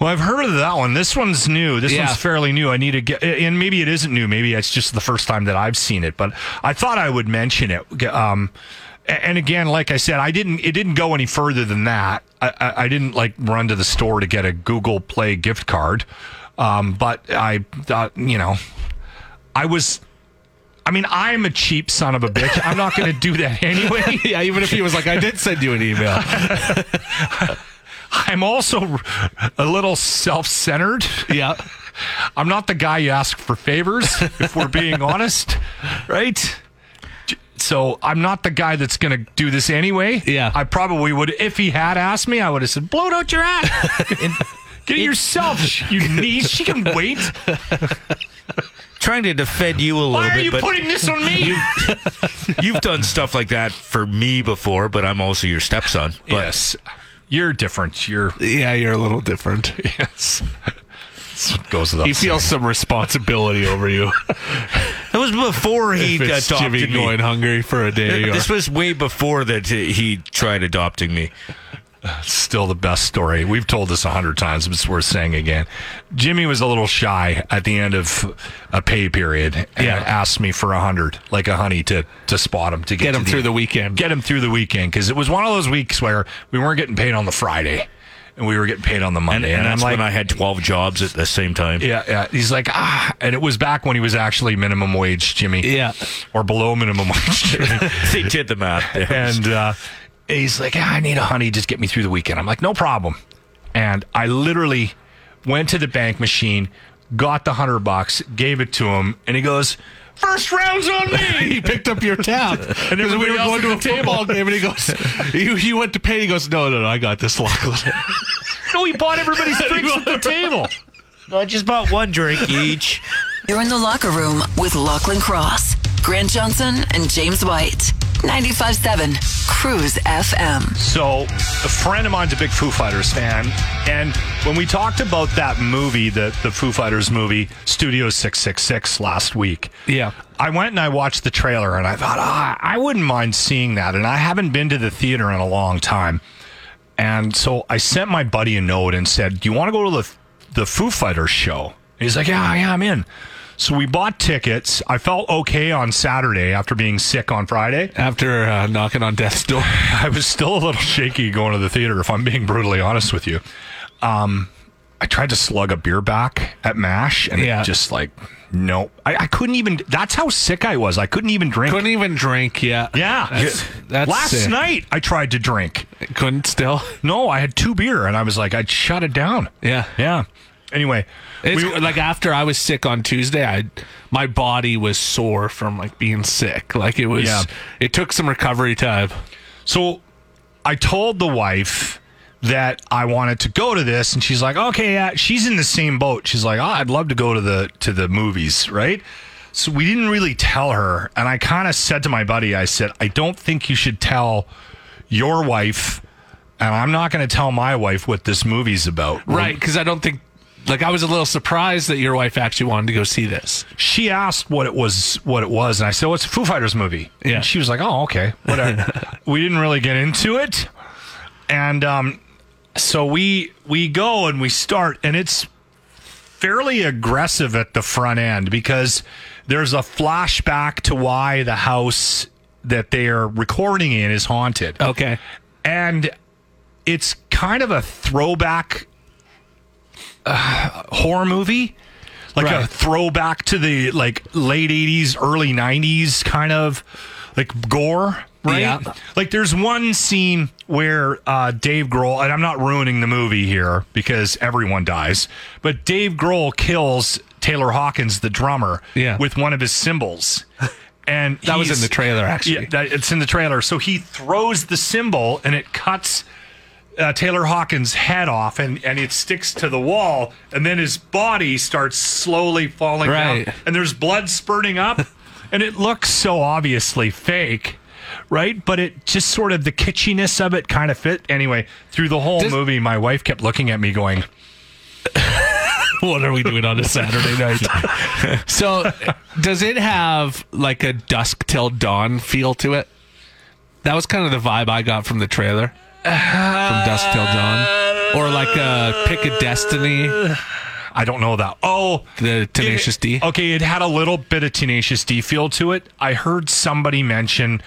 [SPEAKER 4] Well, I've heard of that one. This one's new. This
[SPEAKER 5] Yeah.
[SPEAKER 4] one's fairly new. I need to get, and maybe it isn't new. Maybe it's just the first time that I've seen it. But I thought I would mention it. Um, a- and again, like I said, I didn't. It didn't go any further than that. I, I, I didn't like run to the store to get a Google Play gift card. Um, but I, thought, you know, I was. I mean, I'm a cheap son of a bitch. I'm not going to do that anyway.
[SPEAKER 5] yeah, even if he was like, "I did send you an email."
[SPEAKER 4] I'm also a little self centered.
[SPEAKER 5] yeah.
[SPEAKER 4] I'm not the guy you ask for favors, if we're being honest, right? So I'm not the guy that's going to do this anyway.
[SPEAKER 5] Yeah.
[SPEAKER 4] I probably would, if he had asked me, I would have said, blow it out your ass. and get it yourself, you niece. She can wait.
[SPEAKER 6] Trying to defend you a little
[SPEAKER 4] Why are
[SPEAKER 6] bit,
[SPEAKER 4] you
[SPEAKER 6] but
[SPEAKER 4] putting this on me?
[SPEAKER 6] you've done stuff like that for me before. But I'm also your stepson. But
[SPEAKER 4] yes. You're different. You're,
[SPEAKER 5] Yeah, you're a little different.
[SPEAKER 4] yes. That's what goes without
[SPEAKER 5] He
[SPEAKER 4] saying.
[SPEAKER 5] feels some responsibility over you.
[SPEAKER 6] that was before he
[SPEAKER 5] if it's
[SPEAKER 6] adopted
[SPEAKER 5] Jimmy
[SPEAKER 6] me.
[SPEAKER 5] going hungry for a day. or-
[SPEAKER 6] This was way before that he tried adopting me.
[SPEAKER 4] still the best story. We've told this a hundred times, but it's worth saying again. Jimmy was a little shy at the end of a pay period and
[SPEAKER 5] Yeah.
[SPEAKER 4] asked me for a hundred, like a honey, to to spot him to get,
[SPEAKER 5] Get
[SPEAKER 4] to
[SPEAKER 5] him through the weekend.
[SPEAKER 4] get him through the weekend because it was one of those weeks where we weren't getting paid on the Friday and we were getting paid on the
[SPEAKER 6] And,
[SPEAKER 4] Monday,
[SPEAKER 6] and, that's
[SPEAKER 4] I'm like.
[SPEAKER 6] when I had 12 jobs at the same time.
[SPEAKER 4] yeah, yeah. He's like, ah, and it was back when he was actually minimum wage, Jimmy.
[SPEAKER 5] Yeah.
[SPEAKER 4] or below minimum wage, Jimmy.
[SPEAKER 6] They did the math. there.
[SPEAKER 4] and uh, he's like, "Ah, I need a honey, just get me through the weekend. I'm like, no problem. And I literally went to the bank machine, got the hundred bucks, gave it to him, and he goes, first round's on
[SPEAKER 5] he
[SPEAKER 4] me.
[SPEAKER 5] picked up your tab. And we
[SPEAKER 4] everybody
[SPEAKER 5] were
[SPEAKER 4] else
[SPEAKER 5] going to a
[SPEAKER 4] at the table.
[SPEAKER 5] football game, and he goes, he, he went to pay. He goes, no, no, no, I got this, Lachlan.
[SPEAKER 4] no, he bought everybody's drinks at the table.
[SPEAKER 6] I just bought one drink each.
[SPEAKER 1] You're in the locker room with Lachlan Cross, Grant Johnson, and James White. 95.7 Cruise FM.
[SPEAKER 4] So, a friend of mine's a big Foo Fighters fan, and when we talked about that movie, the the Foo Fighters movie, Studio Six Six Six, last week,
[SPEAKER 5] Yeah.
[SPEAKER 4] I went and I watched the trailer, and I thought, ah, I wouldn't mind seeing that, and I haven't been to the theater in a long time, and so I sent my buddy a note and said, "Do you want to go to the the Foo Fighters show?" And he's like, "Yeah, yeah, I'm in." So we bought tickets. I felt okay on Saturday after being sick on Friday.
[SPEAKER 5] After uh, knocking on death's door.
[SPEAKER 4] I was still a little shaky going to the theater, if I'm being brutally honest with you. Um, I tried to slug a beer back at MASH, and
[SPEAKER 5] Yeah.
[SPEAKER 4] it just like, nope. I, I couldn't even, that's how sick I was. I couldn't even drink.
[SPEAKER 5] Couldn't even drink yet.
[SPEAKER 4] yeah.
[SPEAKER 5] That's, that's
[SPEAKER 4] Last
[SPEAKER 5] sick.
[SPEAKER 4] night, I tried to drink.
[SPEAKER 5] Couldn't still.
[SPEAKER 4] No, I had two beer, and I was like, I'd shut it down.
[SPEAKER 5] Yeah.
[SPEAKER 4] Yeah. Anyway,
[SPEAKER 5] It's,
[SPEAKER 4] we-
[SPEAKER 5] like after I was sick on Tuesday, I my body was sore from like being sick. Like it was,
[SPEAKER 4] Yeah.
[SPEAKER 5] it took some recovery time.
[SPEAKER 4] So I told the wife that I wanted to go to this, and she's like, "Okay, yeah." She's in the same boat. She's like, "Ah, I'd love to go to the to the movies, right?" So we didn't really tell her, and I kind of said to my buddy, "I said I don't think you should tell your wife." And I'm not going to tell my wife what this movie's about.
[SPEAKER 5] Right, because I don't think like I was a little surprised that your wife actually wanted to go see this.
[SPEAKER 4] she asked what it was what it was and i said well, it's a foo fighters movie
[SPEAKER 5] Yeah.
[SPEAKER 4] and she was like oh okay whatever we didn't really get into it and um, so we we go and we start and it's fairly aggressive at the front end because there's a flashback to why the house that they are recording in is haunted
[SPEAKER 5] Okay.
[SPEAKER 4] and it's kind of a throwback uh, horror movie like a
[SPEAKER 5] Right.
[SPEAKER 4] throwback to the like late 80s early 90s kind of like gore right
[SPEAKER 5] Yeah.
[SPEAKER 4] like there's one scene where uh, dave grohl and i'm not ruining the movie here because everyone dies but dave grohl kills taylor hawkins the drummer
[SPEAKER 5] Yeah.
[SPEAKER 4] with one of his cymbals and
[SPEAKER 5] That was
[SPEAKER 4] he's-
[SPEAKER 5] in the trailer, actually.
[SPEAKER 4] yeah, that, it's in the trailer. So he throws the symbol and it cuts uh, Taylor Hawkins' head off and, and it sticks to the wall. And then his body starts slowly falling
[SPEAKER 5] Right.
[SPEAKER 4] down. And there's blood spurting up. and it looks so obviously fake. Right, but it just sort of the kitschiness of it kind of fit. Anyway, through the whole
[SPEAKER 5] Does-
[SPEAKER 4] movie, my wife kept looking at me, going,
[SPEAKER 5] what are we doing on a Saturday night? so, does it have like a dusk till dawn feel to it? That was kind of the vibe I got from the trailer, from dusk till dawn, or like a pick a destiny.
[SPEAKER 4] I don't know that. Oh,
[SPEAKER 5] the Tenacious
[SPEAKER 4] it,
[SPEAKER 5] D.
[SPEAKER 4] Okay, it had a little bit of Tenacious D feel to it. I heard somebody mention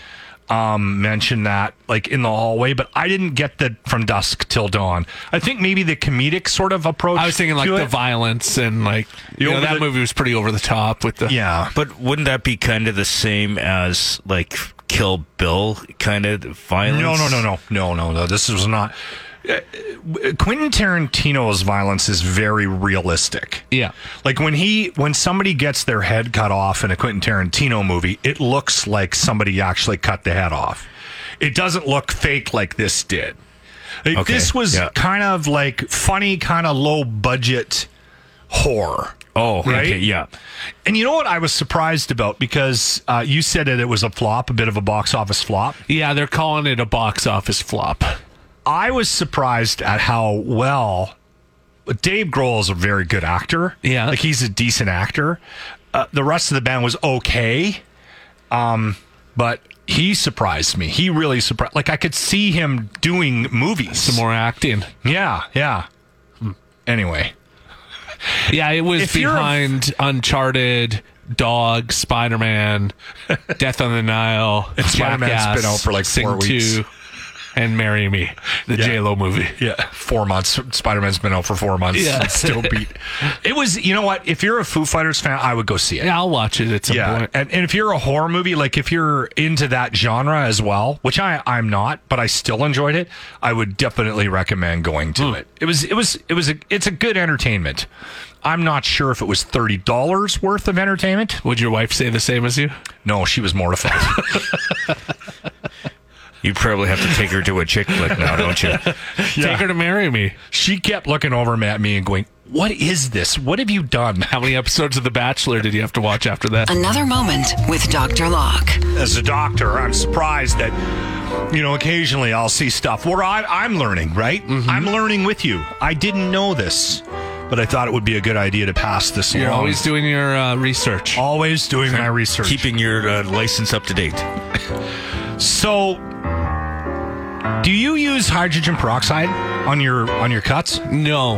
[SPEAKER 4] um mention that like in the hallway, but I didn't get the from dusk till dawn. I think maybe the comedic sort of approach.
[SPEAKER 5] I was thinking like
[SPEAKER 4] to
[SPEAKER 5] the
[SPEAKER 4] it.
[SPEAKER 5] violence and like you
[SPEAKER 4] You're
[SPEAKER 5] know
[SPEAKER 4] over
[SPEAKER 5] that
[SPEAKER 4] the-
[SPEAKER 5] movie was pretty over the top with the
[SPEAKER 4] yeah.
[SPEAKER 6] But wouldn't that be kind of the same as like Kill Bill kind of violence?
[SPEAKER 4] No, no, no, no, no, no, no. This was not. Uh, Quentin Tarantino's violence is very realistic.
[SPEAKER 5] yeah.
[SPEAKER 4] Like when he when somebody gets their head cut off in a Quentin Tarantino movie, it looks like somebody actually cut the head off. It doesn't look fake like this did. Like,
[SPEAKER 6] Okay,
[SPEAKER 4] This was
[SPEAKER 6] yeah.
[SPEAKER 4] kind of like funny, kind of low budget horror.
[SPEAKER 6] Oh,
[SPEAKER 4] Right?
[SPEAKER 6] okay, yeah.
[SPEAKER 4] And you know what I was surprised about because uh, you said that it was a flop, a bit of a box office flop.
[SPEAKER 5] Yeah, they're calling it a box office flop.
[SPEAKER 4] I was surprised at how well Dave Grohl is a very good actor.
[SPEAKER 5] Yeah.
[SPEAKER 4] like he's a decent actor. Uh, the rest of the band was okay, um, but he surprised me. He really surprised. Like I could see him doing movies.
[SPEAKER 5] Some more acting.
[SPEAKER 4] Yeah, yeah. Anyway,
[SPEAKER 5] Yeah, it was
[SPEAKER 4] If you're a-
[SPEAKER 5] behind Uncharted, Dog, Spider Man, Death on the Nile, and
[SPEAKER 4] Spider-Man's been out for, like, four weeks.
[SPEAKER 5] and Marry Me, the
[SPEAKER 4] Yeah.
[SPEAKER 5] J Lo movie.
[SPEAKER 4] yeah, four months. Spider Man's been out for four months.
[SPEAKER 5] Yeah.
[SPEAKER 4] Yeah, still beat. It was. You know what? If you're a Foo Fighters fan, I would go see it.
[SPEAKER 5] Yeah, I'll watch it at some
[SPEAKER 4] yeah,
[SPEAKER 5] point.
[SPEAKER 4] And, and if you're a horror movie, like if you're into that genre as well, which I I'm not, but I still enjoyed it. I would definitely recommend going to
[SPEAKER 5] Hmm.
[SPEAKER 4] it. It was it was it was a it's a good entertainment. I'm not sure if it was thirty dollars worth of entertainment.
[SPEAKER 5] Would your wife say the same as you?
[SPEAKER 4] No, she was mortified.
[SPEAKER 6] You probably have to take her to a chick flick now, don't you?
[SPEAKER 5] Take her to marry me.
[SPEAKER 4] she kept looking over at me and going, "What is this? What have you done?"
[SPEAKER 5] How many episodes of The Bachelor did you have to watch after that?
[SPEAKER 1] Another moment with Dr. Locke.
[SPEAKER 4] as a doctor, I'm surprised that you know occasionally I'll see stuff where I, I'm learning. Right,
[SPEAKER 6] Mm-hmm.
[SPEAKER 4] I'm learning with you. I didn't know this, but I thought it would be a good idea to pass this
[SPEAKER 5] You're
[SPEAKER 4] along.
[SPEAKER 5] always doing your uh, research.
[SPEAKER 4] always doing my research.
[SPEAKER 6] Keeping your uh, license up to date.
[SPEAKER 4] so, do you use hydrogen peroxide on your on your cuts?
[SPEAKER 5] No,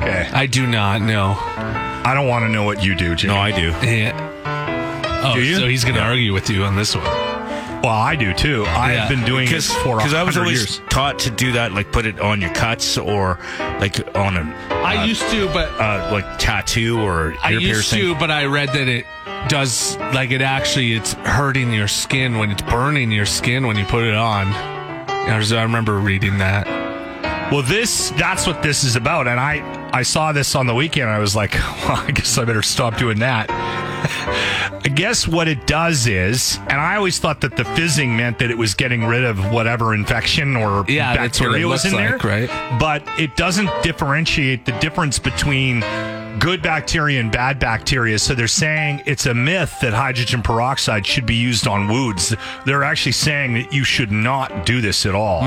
[SPEAKER 4] Okay,
[SPEAKER 5] I do not. No.
[SPEAKER 4] I don't want to know what you do, Jimmy.
[SPEAKER 6] No, I do.
[SPEAKER 5] Yeah. Oh,
[SPEAKER 4] Do you?
[SPEAKER 5] so he's going to argue with you on this one.
[SPEAKER 4] well, I do too.
[SPEAKER 5] Yeah.
[SPEAKER 4] I've been doing it
[SPEAKER 6] Because
[SPEAKER 4] for
[SPEAKER 6] I was
[SPEAKER 4] 100
[SPEAKER 6] always
[SPEAKER 4] years.
[SPEAKER 6] taught to do that, like put it on your cuts or like on a
[SPEAKER 5] I
[SPEAKER 6] uh,
[SPEAKER 5] used to, but
[SPEAKER 6] uh, like tattoo or ear
[SPEAKER 5] I used
[SPEAKER 6] piercing.
[SPEAKER 5] to, but I read that it does like it actually it's hurting your skin when it's burning your skin when you put it on. I was- I remember reading that.
[SPEAKER 4] Well, this that's what this is about, and I I saw this on the weekend. I was like, well, I guess I better stop doing that. I guess what it does is, and I always thought that the fizzing meant that it was getting rid of whatever infection or
[SPEAKER 5] Yeah,
[SPEAKER 4] bacteria
[SPEAKER 5] that's what it
[SPEAKER 4] was in
[SPEAKER 5] looks like,
[SPEAKER 4] there,
[SPEAKER 5] right?
[SPEAKER 4] But it doesn't differentiate the difference between good bacteria and bad bacteria. So they're saying it's a myth that hydrogen peroxide should be used on wounds. They're actually saying that you should not do this at all.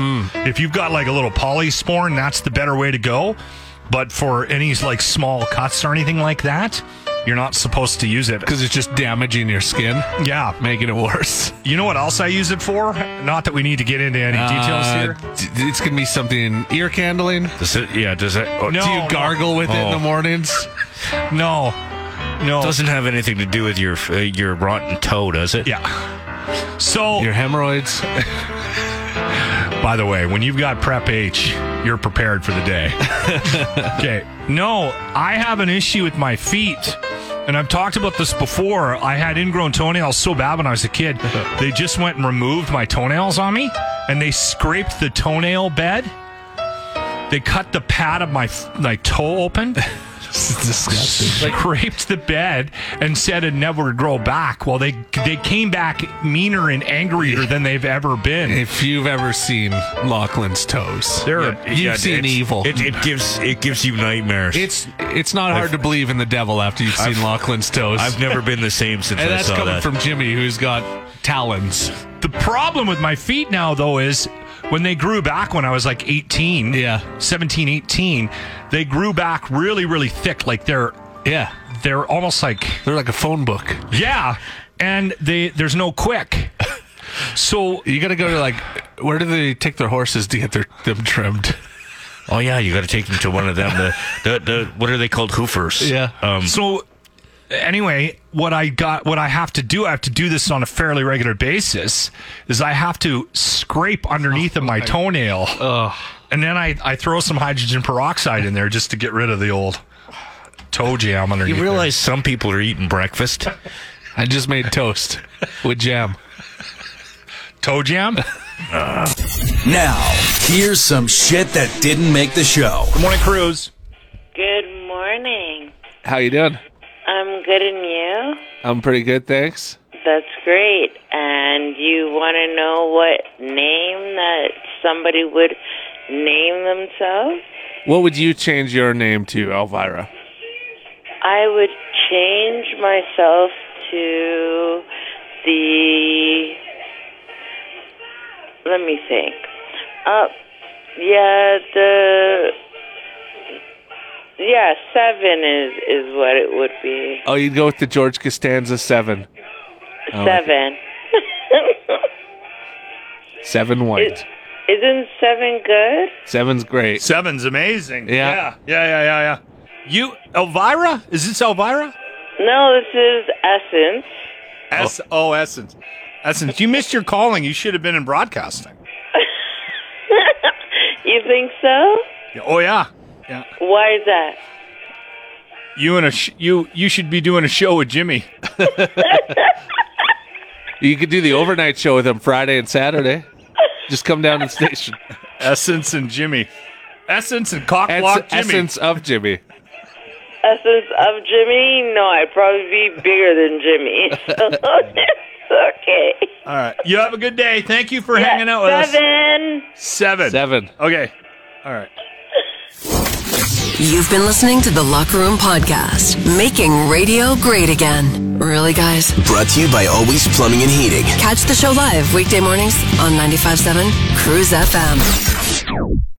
[SPEAKER 4] If you've got like a little polysporin, that's the better way to go. But for any like small cuts or anything like that, you're not supposed to use it.
[SPEAKER 5] Because it's just damaging your skin,
[SPEAKER 4] Yeah.
[SPEAKER 5] making it worse.
[SPEAKER 4] You know what else I use it for? Not that we need to get into any details
[SPEAKER 5] Uh,
[SPEAKER 4] here.
[SPEAKER 5] d- it's gonna be something ear candling.
[SPEAKER 6] Does it? Yeah. Does it? Oh,
[SPEAKER 4] No,
[SPEAKER 5] Do you gargle with it in the
[SPEAKER 6] Oh.
[SPEAKER 5] mornings?
[SPEAKER 4] No. No.
[SPEAKER 6] Doesn't have anything to do with your uh, your rotten toe, does it?
[SPEAKER 4] yeah.
[SPEAKER 6] Oh.
[SPEAKER 4] So,
[SPEAKER 5] Your hemorrhoids?
[SPEAKER 4] by the way, when you've got Prep H, you're prepared for the day. okay. No, I have an issue with my feet. And I've talked about this before. I had ingrown toenails so bad when I was a kid. They just went and removed my toenails on me and they scraped the toenail bed. They cut the pad of my f- my toe open.
[SPEAKER 5] It's disgusting.
[SPEAKER 4] scraped the bed and said it never would grow back. Well, they they came back meaner and angrier than they've ever been.
[SPEAKER 5] If you've ever seen Lachlan's toes,
[SPEAKER 6] There are-
[SPEAKER 5] you've
[SPEAKER 6] yeah,
[SPEAKER 5] seen
[SPEAKER 6] it's-
[SPEAKER 5] evil.
[SPEAKER 6] It, it gives it gives you nightmares.
[SPEAKER 5] it's it's not hard to believe in the devil after you've seen
[SPEAKER 6] I've-
[SPEAKER 5] Lachlan's toes.
[SPEAKER 6] I've never been the same since
[SPEAKER 5] and
[SPEAKER 6] I
[SPEAKER 5] that's
[SPEAKER 6] saw
[SPEAKER 5] coming
[SPEAKER 6] that.
[SPEAKER 5] from Jimmy, who's got talons.
[SPEAKER 4] The problem with my feet now, though, is when they grew back when I was like 18, yeah, 17, 18, they grew back really, really thick. Like they're yeah, they're almost like
[SPEAKER 5] they're like a phone book.
[SPEAKER 4] Yeah, and they there's no quick. So
[SPEAKER 5] you got to go to like where do they take their horses to get their them trimmed?
[SPEAKER 9] Oh yeah, you got to take them to one of them. The, the the what are they called? Hoofers.
[SPEAKER 5] Yeah.
[SPEAKER 9] Um,
[SPEAKER 4] So anyway, what I got what I have to do, I have to do this on a fairly regular basis, is I have to scrape underneath of my toenail. And then I, I throw some hydrogen peroxide in there just to get rid of the old toe jam underneath.
[SPEAKER 9] you
[SPEAKER 4] there.
[SPEAKER 9] realize some people are eating breakfast.
[SPEAKER 5] I just made toast with jam.
[SPEAKER 4] toe jam?
[SPEAKER 2] Now, here's some shit that didn't make the show.
[SPEAKER 4] Good morning, Cruz.
[SPEAKER 6] Good morning.
[SPEAKER 5] How you doing?
[SPEAKER 6] I'm good and you?
[SPEAKER 5] I'm pretty good, thanks.
[SPEAKER 6] That's great. And you want to know what name that somebody would name themselves?
[SPEAKER 5] What would you change your name to, Elvira?
[SPEAKER 6] I would change myself to the. Let me think. Uh, yeah, the. Yeah, seven is is what it would be.
[SPEAKER 5] Oh, you'd go with the George Costanza seven. I like
[SPEAKER 6] Seven.
[SPEAKER 5] it. Seven white.
[SPEAKER 6] Isn't seven good?
[SPEAKER 5] Seven's great.
[SPEAKER 4] Seven's amazing.
[SPEAKER 5] Yeah.
[SPEAKER 4] Yeah. Yeah. Yeah. Yeah. yeah. You, Elvira? Is this Elvira?
[SPEAKER 6] No, this is Essence.
[SPEAKER 4] S O Essence. Essence. You missed your calling. You should have been in broadcasting.
[SPEAKER 6] You think so?
[SPEAKER 4] Oh yeah. Yeah.
[SPEAKER 6] Why is that?
[SPEAKER 4] You and a sh- you you should be doing a show with Jimmy.
[SPEAKER 5] You could do the overnight show with him Friday and Saturday. Just come down to the station.
[SPEAKER 4] Essence and Jimmy. Essence and
[SPEAKER 5] Ess-
[SPEAKER 4] cockblock Jimmy.
[SPEAKER 5] essence of Jimmy.
[SPEAKER 6] Essence of Jimmy? No, I'd probably be bigger than Jimmy. It's okay.
[SPEAKER 4] All right. You have a good day. Thank you for
[SPEAKER 6] Yeah,
[SPEAKER 4] hanging out with us.
[SPEAKER 6] seven.
[SPEAKER 4] Seven.
[SPEAKER 5] Seven.
[SPEAKER 4] Okay. All right.
[SPEAKER 1] You've been listening to the Locker Room Podcast, making radio great again. Really, guys?
[SPEAKER 10] Brought to you by Always Plumbing and Heating.
[SPEAKER 1] Catch the show live weekday mornings on 95.7 Cruise FM.